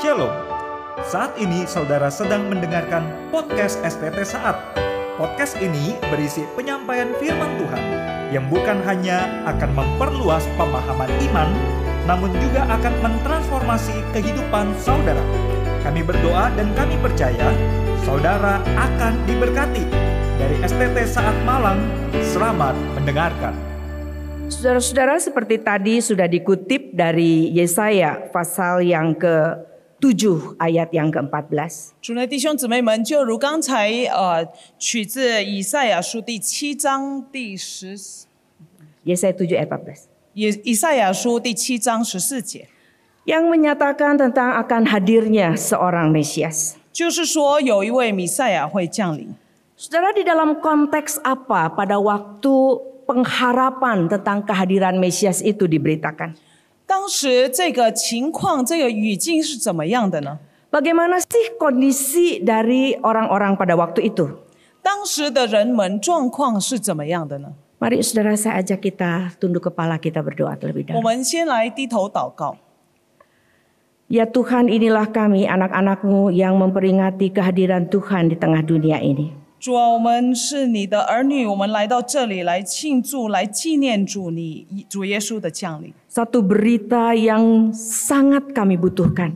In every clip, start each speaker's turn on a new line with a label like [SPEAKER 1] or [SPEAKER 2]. [SPEAKER 1] Shalom. Saat ini saudara sedang mendengarkan podcast STT Saat. Podcast ini berisi penyampaian firman Tuhan yang bukan hanya akan memperluas pemahaman iman, namun juga akan mentransformasi kehidupan saudara. Kami berdoa dan kami percaya saudara akan diberkati. Dari STT Saat Malang, selamat mendengarkan.
[SPEAKER 2] Saudara-saudara, seperti tadi sudah dikutip dari Yesaya pasal yang ke-7 ayat yang ke-14.
[SPEAKER 3] 主内弟兄姊妹们，就如刚才呃取自以赛亚书第七章第十，
[SPEAKER 2] Yesaya 7 ayat 14.
[SPEAKER 3] 以以赛亚书第七章十四节，
[SPEAKER 2] Yang menyatakan tentang akan hadirnya seorang Mesias.
[SPEAKER 3] 就是说有一位弥赛亚会降临。
[SPEAKER 2] Saudara, di dalam konteks apa pada waktu pengharapan tentang kehadiran Mesias itu diberitakan?
[SPEAKER 3] 当时这个情况，这个语境是怎么样的呢？
[SPEAKER 2] Bagaimana sih kondisi dari orang-orang pada waktu itu?
[SPEAKER 3] 当时的人们状况是怎么样的呢？
[SPEAKER 2] Mari saudara saya ajak kita tunduk kepala kita berdoa terlebih dahulu.
[SPEAKER 3] 我们先来低头祷告。
[SPEAKER 2] Ya Tuhan inilah kami anak-anakmu yang memperingati kehadiran Tuhan di tengah dunia ini.
[SPEAKER 3] 主啊，我们是你的儿女，我们来到这里来庆祝、来纪念主你主耶稣的降临。
[SPEAKER 2] Satu berita yang sangat kami butuhkan.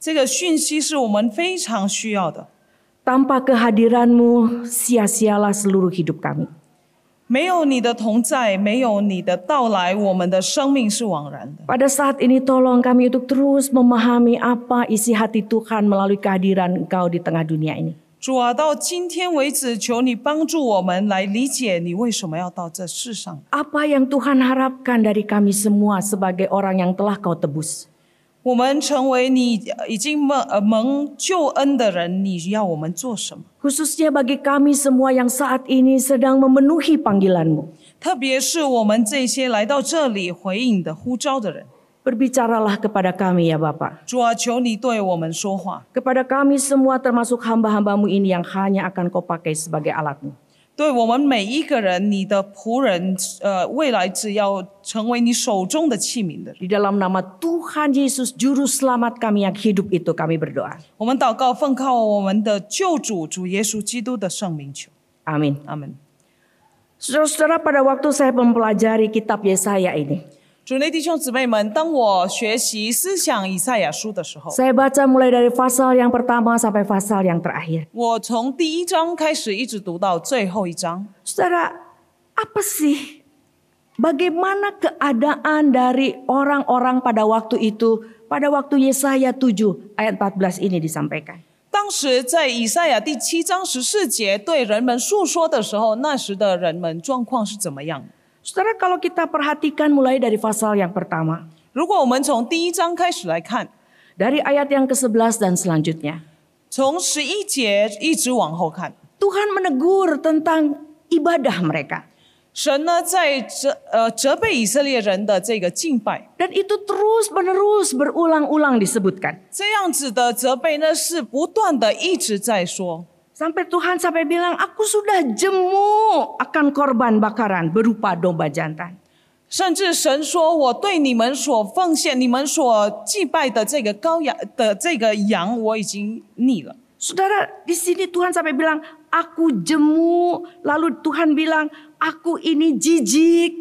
[SPEAKER 3] 这个讯息是我们非常需要的。
[SPEAKER 2] Tanpa kehadiranmu sia-sialah seluruh hidup kami.
[SPEAKER 3] 没有你的同在，没有你的到来，我们的生命是枉然的。
[SPEAKER 2] Pada saat ini tolong kami untuk terus memahami apa isi hati Tuhan melalui kehadiran Engkau di tengah dunia ini.
[SPEAKER 3] 主啊，到今天为止，求你帮助我们来理解你为什么要到这世上。
[SPEAKER 2] Apa yang Tuhan harapkan dari kami semua sebagai orang yang telah Kau tebus.
[SPEAKER 3] 我们成为你呃已经蒙呃蒙救恩的人，你要我们做什么？
[SPEAKER 2] Khususnya bagi kami semua yang saat ini sedang memenuhi panggilanmu.
[SPEAKER 3] 特别是我们这些来到这里回应你的呼召的人，
[SPEAKER 2] Berbicaralah kepada kami ya Bapak.
[SPEAKER 3] 主啊，求你对我们说话，
[SPEAKER 2] Kepada kami semua termasuk hamba-hambamu ini yang hanya akan kau pakai sebagai alatmu.
[SPEAKER 3] 对我们每一个人，你的仆人，呃，未来只要成为你手中的器皿的人。
[SPEAKER 2] Di dalam nama Tuhan Yesus Juru Selamat kami yang hidup itu kami berdoa.
[SPEAKER 3] 我们祷告，奉靠我们的救主主耶稣基督的圣名求，
[SPEAKER 2] Amin.
[SPEAKER 3] 阿门。
[SPEAKER 2] Saudara-saudara pada waktu saya mempelajari kitab Yesaya ini.
[SPEAKER 3] 主内弟兄姊妹们，当我学习思想以赛亚书的时候，
[SPEAKER 2] Saya baca mulai dari pasal yang pertama sampai pasal yang terakhir.
[SPEAKER 3] 我从第一章开始一直读到最后一章。
[SPEAKER 2] Saudara, apa sih? Bagaimana keadaan dari orang-orang pada waktu itu pada waktu Yesaya 7 ayat 14 ini disampaikan?
[SPEAKER 3] 当时在以赛亚第七章十四节对人们诉说的时候，那时的人们状况是怎么样的？
[SPEAKER 2] Saudara kalau kita perhatikan mulai dari pasal yang pertama,
[SPEAKER 3] 如果我们从第一章开始来看，
[SPEAKER 2] dari ayat yang ke-11 dan selanjutnya.
[SPEAKER 3] 从十一节一直往后看，
[SPEAKER 2] Tuhan menegur tentang ibadah mereka.
[SPEAKER 3] 神呢在责呃责备以色列人的这个敬拜，
[SPEAKER 2] Dan itu terus menerus berulang-ulang disebutkan.
[SPEAKER 3] 这样子的责备呢，是不断的一直在说。
[SPEAKER 2] Sampai Tuhan sampai bilang, aku sudah jemu akan korban bakaran berupa domba jantan.
[SPEAKER 3] 甚至神说：“我对你们所奉献、你们所祭拜的这个羔羊的这个羊，我已经腻了。
[SPEAKER 2] Saudara, di sini Tuhan sampai bilang, aku jemu. Lalu Tuhan bilang, aku ini jijik. ”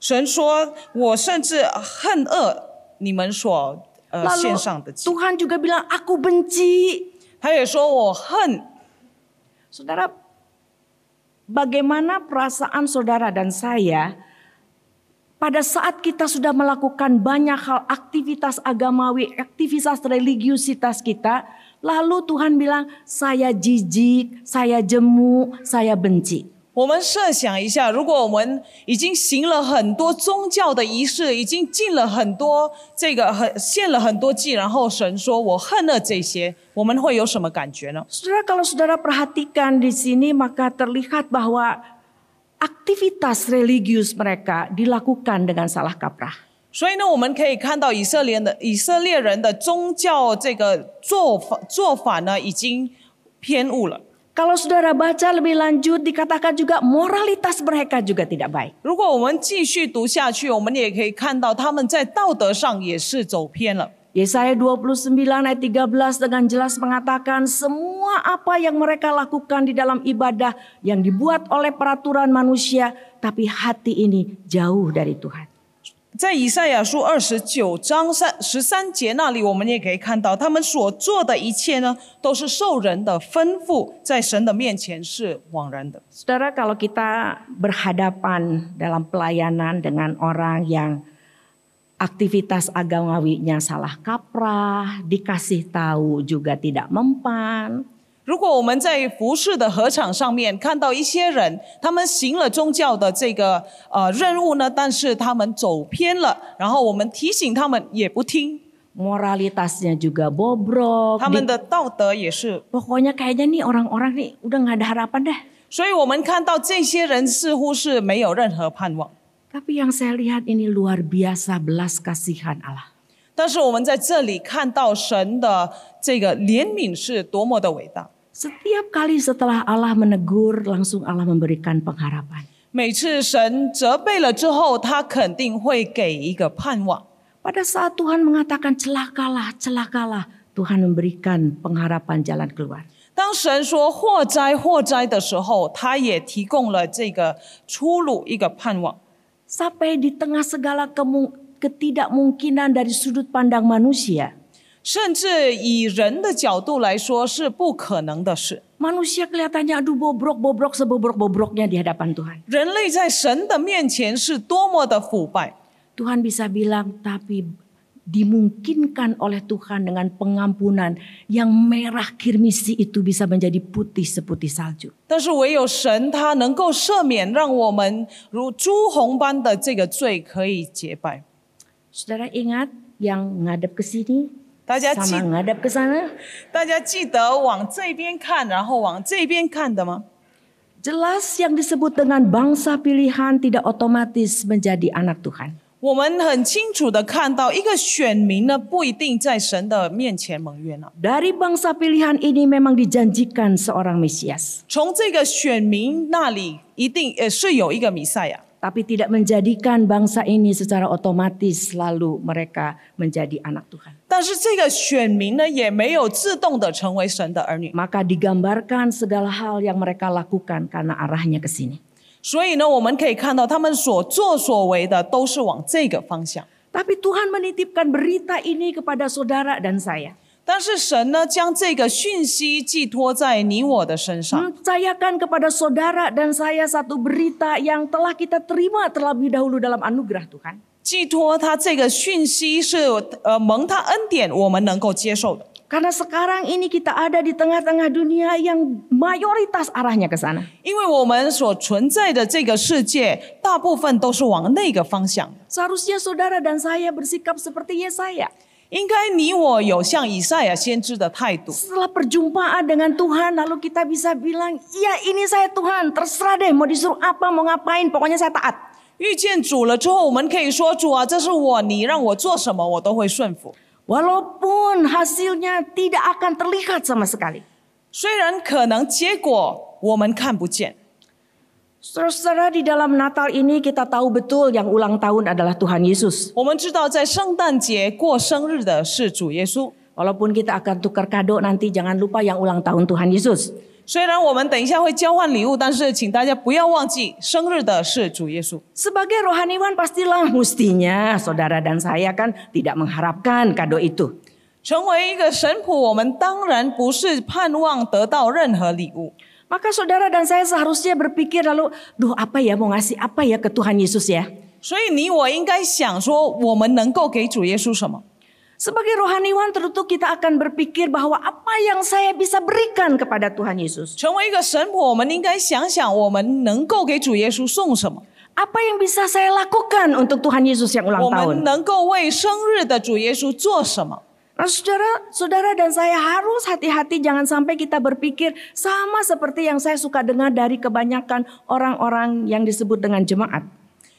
[SPEAKER 3] 神说：“我甚至恨恶你们所呃
[SPEAKER 2] Lalu
[SPEAKER 3] 献上的祭。
[SPEAKER 2] Tuhan juga bilang, aku benci. ”
[SPEAKER 3] 他也说：“我恨。
[SPEAKER 2] Saudara, bagaimana perasaan saudara dan saya pada saat kita sudah melakukan banyak hal aktivitas agamawi, aktivitas religiusitas kita, lalu Tuhan bilang, saya jijik, saya jemu, saya benci. ”
[SPEAKER 3] 我们设想一下，如果我们已经行了很多宗教的仪式，已经尽了很多这个很献了很多祭，然后神说：“我恨了这些。”我们会有什么感觉呢？
[SPEAKER 2] Saudara, kalau saudara perhatikan di sini maka terlihat bahwa aktivitas religius mereka dilakukan dengan salah kaprah.
[SPEAKER 3] 所以呢，我们可以看到以色列的以色列人的宗教这个做法做法呢，已经偏误了。
[SPEAKER 2] Kalau saudara baca lebih lanjut dikatakan juga moralitas mereka juga tidak baik.
[SPEAKER 3] 如果我们继续读下去，我们也可以看到他们在道德上也是走偏了。
[SPEAKER 2] Yesaya 29 ayat 13 dengan jelas mengatakan semua apa yang mereka lakukan di dalam ibadah yang dibuat oleh peraturan manusia tapi hati ini jauh dari Tuhan.
[SPEAKER 3] 在以赛亚书二十九章三十三节那里，我们也可以看到，他们所做的一切呢，都是受人的吩咐，在神的面前是枉然的。
[SPEAKER 2] Saudara kalau kita berhadapan dalam pelayanan dengan orang yang aktivitas agamawinya salah kaprah, dikasih tahu juga tidak mempan,
[SPEAKER 3] 如果我们在服饰的合场上面看到一些人，他们行了宗教的这个呃任务呢，但是他们走偏了，然后我们提醒他们也不听，
[SPEAKER 2] moralitasnya juga bobrok.
[SPEAKER 3] 他们
[SPEAKER 2] di-
[SPEAKER 3] 的道德也是。
[SPEAKER 2] Pokoknya kayaknya nih orang-orang nih udah nggak ada harapan deh.
[SPEAKER 3] 所以我们看到这些人似乎是没有任何盼望，
[SPEAKER 2] Tapi yang saya lihat ini luar biasa belas kasihan Allah.
[SPEAKER 3] 但是我们在这里看到神的这个怜悯是多么的伟大。
[SPEAKER 2] Setiap kali setelah Allah menegur, langsung Allah memberikan pengharapan.
[SPEAKER 3] 每次神责备了之后，他肯定会给一个盼望。
[SPEAKER 2] Pada saat Tuhan mengatakan celakalah, celakalah, Tuhan memberikan pengharapan jalan keluar.
[SPEAKER 3] 当神说“祸灾，祸灾”的时候，他也提供了这个出路，一个盼望。
[SPEAKER 2] Sampai di tengah segala kemu- ketidakmungkinan dari sudut pandang manusia,
[SPEAKER 3] 甚至以人的角度来说，是不可能的事。
[SPEAKER 2] manusia kelihatannya aduh bobrok-bobrok sebobrok-bobroknya di hadapan Tuhan.
[SPEAKER 3] 人类在神的面前是多么的腐败，
[SPEAKER 2] Tuhan bisa bilang, tapi dimungkinkan oleh Tuhan dengan pengampunan yang merah kirmisi itu bisa menjadi putih seputih salju.
[SPEAKER 3] 但是唯有神，他能够赦免，让我们如朱红般的这个罪可以洁白。
[SPEAKER 2] Saudara ingat yang ngadep ke sini
[SPEAKER 3] 大家记
[SPEAKER 2] sama，ngadep ke sana?
[SPEAKER 3] 大家记得往这边看，然后往这边看的吗？
[SPEAKER 2] Jelas yang disebut dengan bangsa pilihan tidak otomatis menjadi anak Tuhan.
[SPEAKER 3] 我们很清楚的看到，一个选民呢，不一定在神的面前蒙冤啊。
[SPEAKER 2] Dari bangsa pilihan ini memang dijanjikan seorang Mesias,
[SPEAKER 3] 从这个选民那里，一定呃是有一个弥赛亚，
[SPEAKER 2] tapi tidak menjadikan bangsa ini secara otomatis lalu mereka menjadi anak Tuhan.
[SPEAKER 3] 但是这个选民呢，也没有自动的成为神的儿女。
[SPEAKER 2] Maka digambarkan segala hal yang mereka lakukan karena arahnya ke sini.
[SPEAKER 3] 所以呢，我们可以看到他们所作所为的都是往这个方向。
[SPEAKER 2] Tapi Tuhan menitipkan berita ini kepada saudara dan saya.
[SPEAKER 3] 但是神呢，将这个讯息寄托在你我的身上。
[SPEAKER 2] Percayakan kepada saudara dan saya satu berita yang telah kita terima terlebih dahulu dalam anugerah Tuhan.
[SPEAKER 3] 寄托他这个讯息是呃蒙他恩典，我们能够接受的。
[SPEAKER 2] Karena sekarang ini kita ada di tengah-tengah dunia yang mayoritas arahnya ke sana.
[SPEAKER 3] 因为我们所存在的这个世界，大部分都是往那个方向。
[SPEAKER 2] Seharusnya saudara dan saya bersikap seperti Yesaya.
[SPEAKER 3] 应该你我有像以赛亚先知的态度，
[SPEAKER 2] Setelah perjumpaan dengan Tuhan lalu kita bisa bilang, "Iya, ini saya Tuhan, terserah deh mau disuruh apa, mau ngapain, pokoknya saya taat."
[SPEAKER 3] 遇见主了之后，我们可以说主啊，这是我，你让我做什么，我都会顺服。
[SPEAKER 2] Walaupun hasilnya tidak akan terlihat sama sekali.
[SPEAKER 3] 虽然可能结果我们看不见，
[SPEAKER 2] Saudara-saudara di dalam Natal ini kita tahu betul yang ulang tahun adalah Tuhan Yesus.
[SPEAKER 3] 我们知道在圣诞节过生日的是主耶稣。
[SPEAKER 2] Walaupun kita akan tukar kado nanti jangan lupa yang ulang tahun Tuhan Yesus.
[SPEAKER 3] 虽然我们等一下会交换礼物，但是请大家不要忘记，生日的是主耶稣。
[SPEAKER 2] Sebagai rohaniwan pastilah mestinya saudara dan saya kan tidak mengharapkan kado itu.
[SPEAKER 3] 成为一个神仆，我们当然不是盼望得到任何礼物。
[SPEAKER 2] Maka saudara dan saya seharusnya berpikir lalu, duh apa ya mau ngasih apa ya ke Tuhan Yesus ya.
[SPEAKER 3] 所以你我应该想说，我们能够给主耶稣什么？
[SPEAKER 2] Sebagai rohaniwan tentu kita akan berpikir bahwa apa yang saya bisa berikan kepada Tuhan Yesus.
[SPEAKER 3] 成为一个神仆，我们应该想想我们能够给主耶稣送什么，
[SPEAKER 2] Apa yang bisa saya lakukan untuk Tuhan Yesus yang
[SPEAKER 3] 我
[SPEAKER 2] ulang
[SPEAKER 3] 们
[SPEAKER 2] tahun.
[SPEAKER 3] 能够为生日的主耶稣做什么。
[SPEAKER 2] Nah, saudara, saudara dan saya harus hati-hati jangan sampai kita berpikir sama seperti yang saya suka dengar dari kebanyakan orang-orang yang disebut dengan jemaat.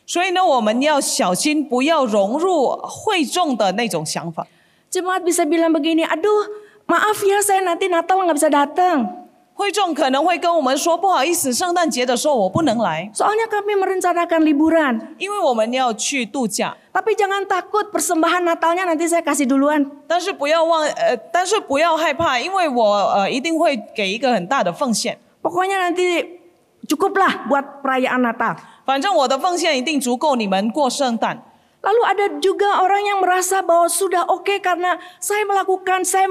[SPEAKER 3] 所以呢，我们要小心，不要融入会众的那种想法。
[SPEAKER 2] Jemaat bisa bilang begini, aduh maaf ya saya nanti Natal nggak bisa datang.
[SPEAKER 3] 会众可能会跟我们说：“不好意思，圣诞节的时候我不能来，
[SPEAKER 2] Soalnya kami merencanakan liburan.
[SPEAKER 3] 因为我们要去度假。
[SPEAKER 2] Tapi jangan takut persembahan Natalnya nanti saya kasih duluan. ”
[SPEAKER 3] 但是不要忘，呃，但是不要害怕，因为我呃一定会给一个很大的奉献。
[SPEAKER 2] Pokoknya nanti cukuplah buat perayaan Natal.
[SPEAKER 3] 反正我的奉献一定足够你们过圣诞。
[SPEAKER 2] Lalu ada juga orang yang merasa bahwa sudah oke karena saya melakukan saya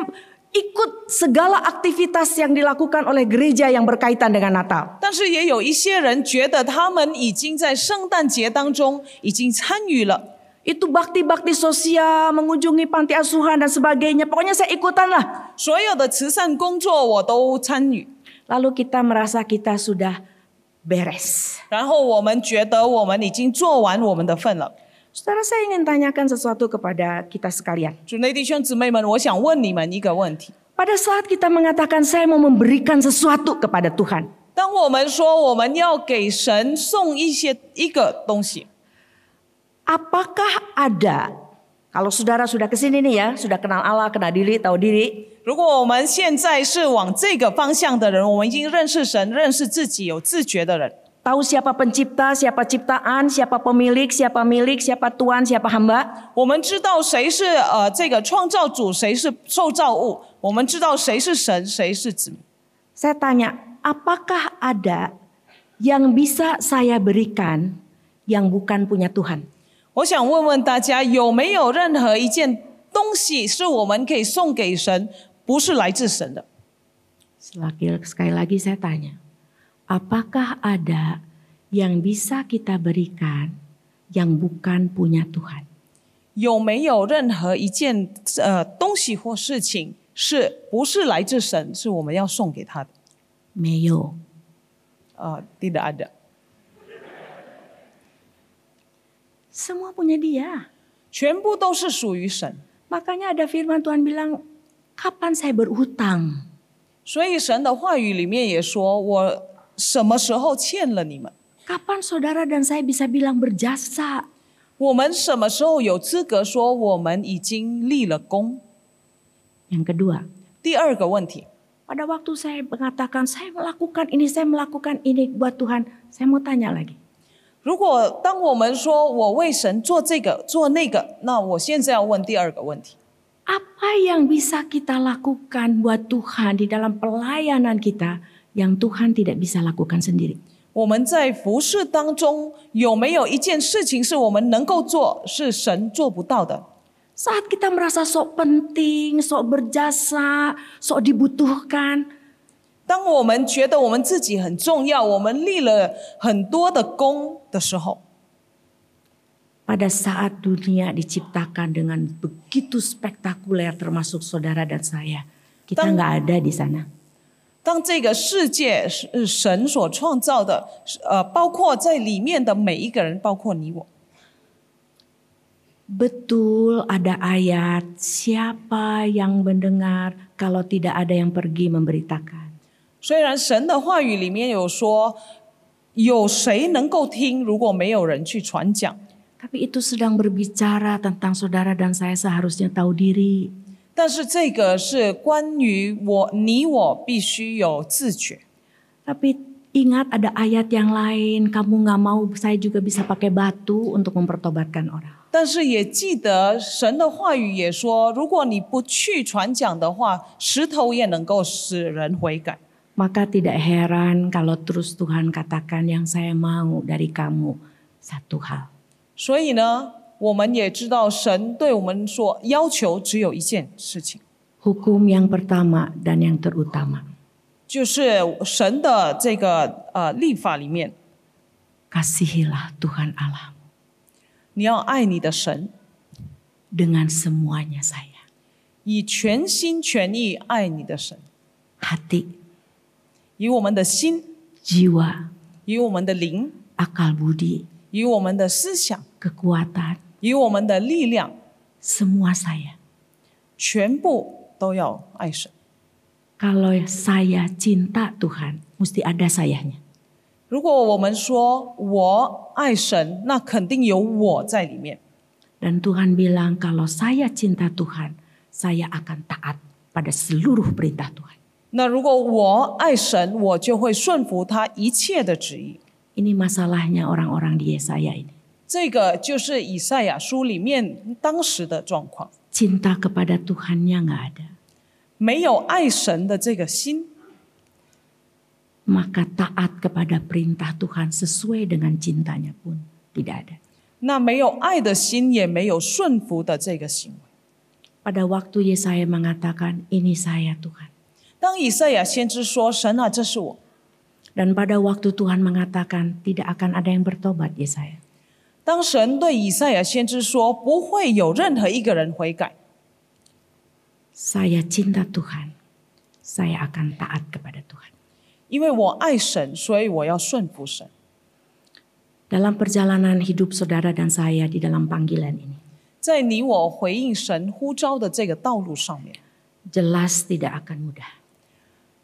[SPEAKER 2] ikut segala aktivitas yang dilakukan oleh gereja yang berkaitan dengan Natal.
[SPEAKER 3] 但是也有一些人觉得他们已经在圣诞节当中已经参与了，
[SPEAKER 2] Itu bakti-bakti sosial, mengunjungi panti asuhan dan sebagainya. Pokoknya saya ikutan lah.
[SPEAKER 3] 所有的慈善工作我都参与。
[SPEAKER 2] Lalu kita merasa kita sudah beres.
[SPEAKER 3] 然后我们觉得我们已经做完我们的份了。
[SPEAKER 2] Saudara saya ingin tanyakan sesuatu kepada kita sekalian.
[SPEAKER 3] 主内弟兄姊妹们，我想问你们一个问题：
[SPEAKER 2] Pada saat kita mengatakan saya mau memberikan sesuatu kepada Tuhan.
[SPEAKER 3] 当我们说我们要给神送一些一个东西，
[SPEAKER 2] Apakah ada, kalau saudara sudah kesini nih ya, sudah kenal Allah, kenal diri, tahu diri.
[SPEAKER 3] 如果我们现在是往这个方向的人，我们已经认识神、认识自己、有自觉的人，
[SPEAKER 2] Tahu siapa pencipta, siapa ciptaan, siapa pemilik, siapa milik, siapa tuan, siapa hamba.
[SPEAKER 3] 我们知道谁是呃这个创造主，谁是受造物，我们知道谁是神，谁是子民。
[SPEAKER 2] Saya tanya, apakah ada yang bisa saya berikan yang bukan punya Tuhan?
[SPEAKER 3] 我想问问大家，有没有任何一件东西是我们可以送给神，不是来自神的？
[SPEAKER 2] Selagi, sekali lagi saya tanya, apakah ada yang bisa kita berikan yang bukan punya Tuhan?
[SPEAKER 3] 有没有任何一件呃东西或事情是不是来自神，是我们要送给他的？
[SPEAKER 2] Meo.
[SPEAKER 3] 呃，tidak ada，
[SPEAKER 2] Semua punya dia.
[SPEAKER 3] 全部都是属于神。
[SPEAKER 2] Makanya ada firman Tuhan bilang, kapan saya berhutang?
[SPEAKER 3] 所以神的话语里面也说：“我什么时候欠了你们？
[SPEAKER 2] Kapan saudara dan saya bisa bilang berjasa?
[SPEAKER 3] 我们什么时候有资格说我们已经立了功
[SPEAKER 2] Yang kedua,？”
[SPEAKER 3] 第二个问题，
[SPEAKER 2] pada waktu saya mengatakan, saya melakukan ini, saya melakukan ini buat Tuhan. Saya mau tanya lagi,
[SPEAKER 3] 如果当我们说我为神做这个做那个，那我现在要问第二个问题：
[SPEAKER 2] apa yang bisa kita lakukan buat Tuhan di dalam pelayanan kita yang Tuhan tidak bisa lakukan sendiri?
[SPEAKER 3] 我们在服侍当中有没有一件事情是我们能够做，是神做不到的？
[SPEAKER 2] Saat kita merasa sok penting, sok berjasa, sok dibutuhkan,
[SPEAKER 3] 当我们觉得我们自己很重要，我们立了很多的功的时候，
[SPEAKER 2] pada saat dunia diciptakan dengan begitu spektakuler termasuk saudara dan saya kita
[SPEAKER 3] Tang-
[SPEAKER 2] nggak ada di sana
[SPEAKER 3] 当这个世界是呃神所创造的，是呃，包括在里面的每一个人，包括你我。
[SPEAKER 2] betul ada ayat siapa yang mendengar kalau tidak ada yang pergi memberitakan
[SPEAKER 3] 虽然神的话语里面有说，有谁能够听，如果没有人去传讲，
[SPEAKER 2] tapi itu sedang berbicara tentang saudara dan saya seharusnya tahu diri
[SPEAKER 3] 但是这个是关于我你我必须有自觉。
[SPEAKER 2] tapi ingat ada ayat yang lain kamu nggak mau saya juga bisa pakai batu untuk mempertobatkan orang
[SPEAKER 3] 但是也记得神的话语也说，如果你不去传讲的话，石头也能够使人悔改。
[SPEAKER 2] Maka tidak heran kalau terus Tuhan katakan yang saya mau dari kamu satu hal.
[SPEAKER 3] 所以呢，我们也知道神对我们所要求只有一件事情，
[SPEAKER 2] Hukum yang pertama dan yang terutama.
[SPEAKER 3] 就是神的这个呃立法里面，
[SPEAKER 2] Kasihilah Tuhan Allah
[SPEAKER 3] 你要爱你的神，
[SPEAKER 2] dengan semuanya saya.
[SPEAKER 3] 以全心全意爱你的神，
[SPEAKER 2] Hati,
[SPEAKER 3] 以我们的心，
[SPEAKER 2] jiwa,
[SPEAKER 3] 以我们的灵，
[SPEAKER 2] akal budi,
[SPEAKER 3] 以我们的思想，
[SPEAKER 2] kekuatan,
[SPEAKER 3] 以我们的力量，
[SPEAKER 2] semua saya.
[SPEAKER 3] 全部都要爱神。
[SPEAKER 2] Kalau saya cinta Tuhan, mesti ada sayanya.
[SPEAKER 3] 如果我们说我爱神，那肯定有我在里面。
[SPEAKER 2] Dan Tuhan bilang kalau saya cinta Tuhan, saya akan taat pada seluruh perintah Tuhan.
[SPEAKER 3] 那如果我爱神，我就会顺服他一切的旨意。
[SPEAKER 2] Ini masalahnya orang-orang di Yesaya ini.
[SPEAKER 3] 这个就是以赛亚书里面当时的状况，
[SPEAKER 2] Cinta kepada Tuhannya nggak ada.
[SPEAKER 3] 没有爱神的这个心，
[SPEAKER 2] Maka taat kepada perintah Tuhan sesuai dengan cintanya pun tidak ada.
[SPEAKER 3] 那没有爱的心，也没有顺服的这个行为。
[SPEAKER 2] Pada waktu Yesaya mengatakan, ini saya Tuhan.
[SPEAKER 3] 当以赛亚先知说：“神啊，这是我。
[SPEAKER 2] Dan pada waktu Tuhan mengatakan, tidak akan ada yang bertobat Yesaya. ”
[SPEAKER 3] 当神对以赛亚先知说：“不会有任何一个人悔改，
[SPEAKER 2] Saya cinta Tuhan, saya akan taat kepada Tuhan.
[SPEAKER 3] 因为我爱神，所以我要顺服神。
[SPEAKER 2] Dalam perjalanan hidup saudara dan saya di dalam panggilan ini, ”
[SPEAKER 3] 在你我回应神呼召的这个道路上面，
[SPEAKER 2] jelas tidak akan mudah.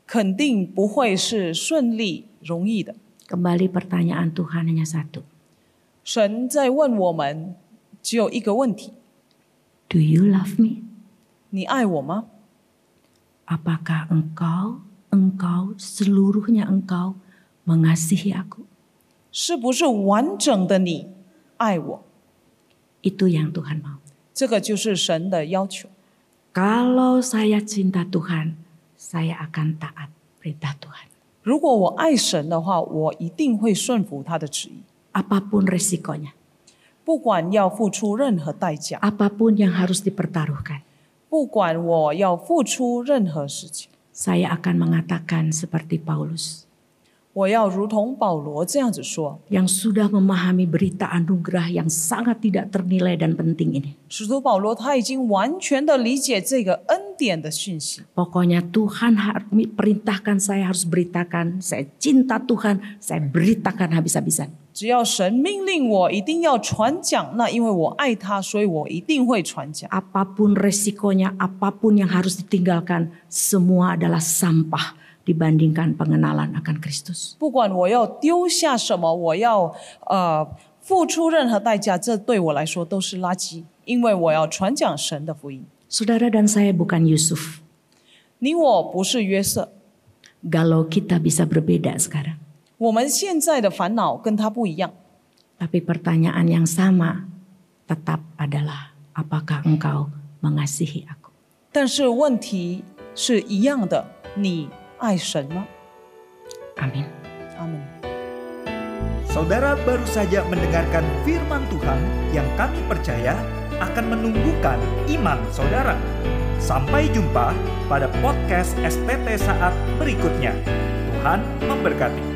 [SPEAKER 3] 肯定不会是顺利容易的。
[SPEAKER 2] Kembali pertanyaan Tuhan hanya satu.
[SPEAKER 3] 神在问我们，只有一个问题：
[SPEAKER 2] Do you love me?
[SPEAKER 3] 你爱我吗？
[SPEAKER 2] Apakah engkau, engkau, seluruhnya engkau mengasihi aku?
[SPEAKER 3] 是不是完整的你爱我？
[SPEAKER 2] Itu yang Tuhan mau.
[SPEAKER 3] 这个就是神的要求。
[SPEAKER 2] Kalau saya cinta Tuhan, saya akan taat perintah Tuhan.
[SPEAKER 3] 如果我爱神的话，我一定会顺服他的旨意，
[SPEAKER 2] Apapun resikonya,
[SPEAKER 3] 不管要付出任何代价，
[SPEAKER 2] apapun yang harus dipertaruhkan,
[SPEAKER 3] 不管我要付出任何事情，
[SPEAKER 2] saya akan mengatakan seperti Paulus
[SPEAKER 3] 我要如同保罗这样子说。
[SPEAKER 2] yang sudah memahami berita anugerah yang sangat tidak ternilai dan penting ini.
[SPEAKER 3] 使徒保罗他已经完全的理解这个恩典的讯息，
[SPEAKER 2] Pokoknya Tuhan har- perintahkan saya harus beritakan, saya cinta Tuhan, saya beritakan habis-habisan.
[SPEAKER 3] 只要神命令我一定要传讲，那因为我爱他，所以我一定会传讲。
[SPEAKER 2] Apapun resikonya, apapun yang harus ditinggalkan, semua adalah sampah dibandingkan pengenalan akan Kristus.
[SPEAKER 3] 不管我要丢下什么，我要呃付出任何代价，这对我来说都是垃圾，因为我要传讲神的福音。
[SPEAKER 2] Saudara dan saya bukan Yusuf.
[SPEAKER 3] 你我不是约瑟，
[SPEAKER 2] Galau kita bisa berbeda sekarang.
[SPEAKER 3] 我们现在的烦恼跟他不一样，
[SPEAKER 2] Tapi pertanyaan yang sama tetap adalah apakah engkau mengasihi aku?
[SPEAKER 3] 但是问题是一样的。你爱神吗？
[SPEAKER 2] Amin.
[SPEAKER 3] 阿门。
[SPEAKER 1] Saudara baru saja mendengarkan firman Tuhan yang kami percaya akan menumbuhkan iman saudara. Sampai jumpa pada podcast STT saat berikutnya. Tuhan memberkati.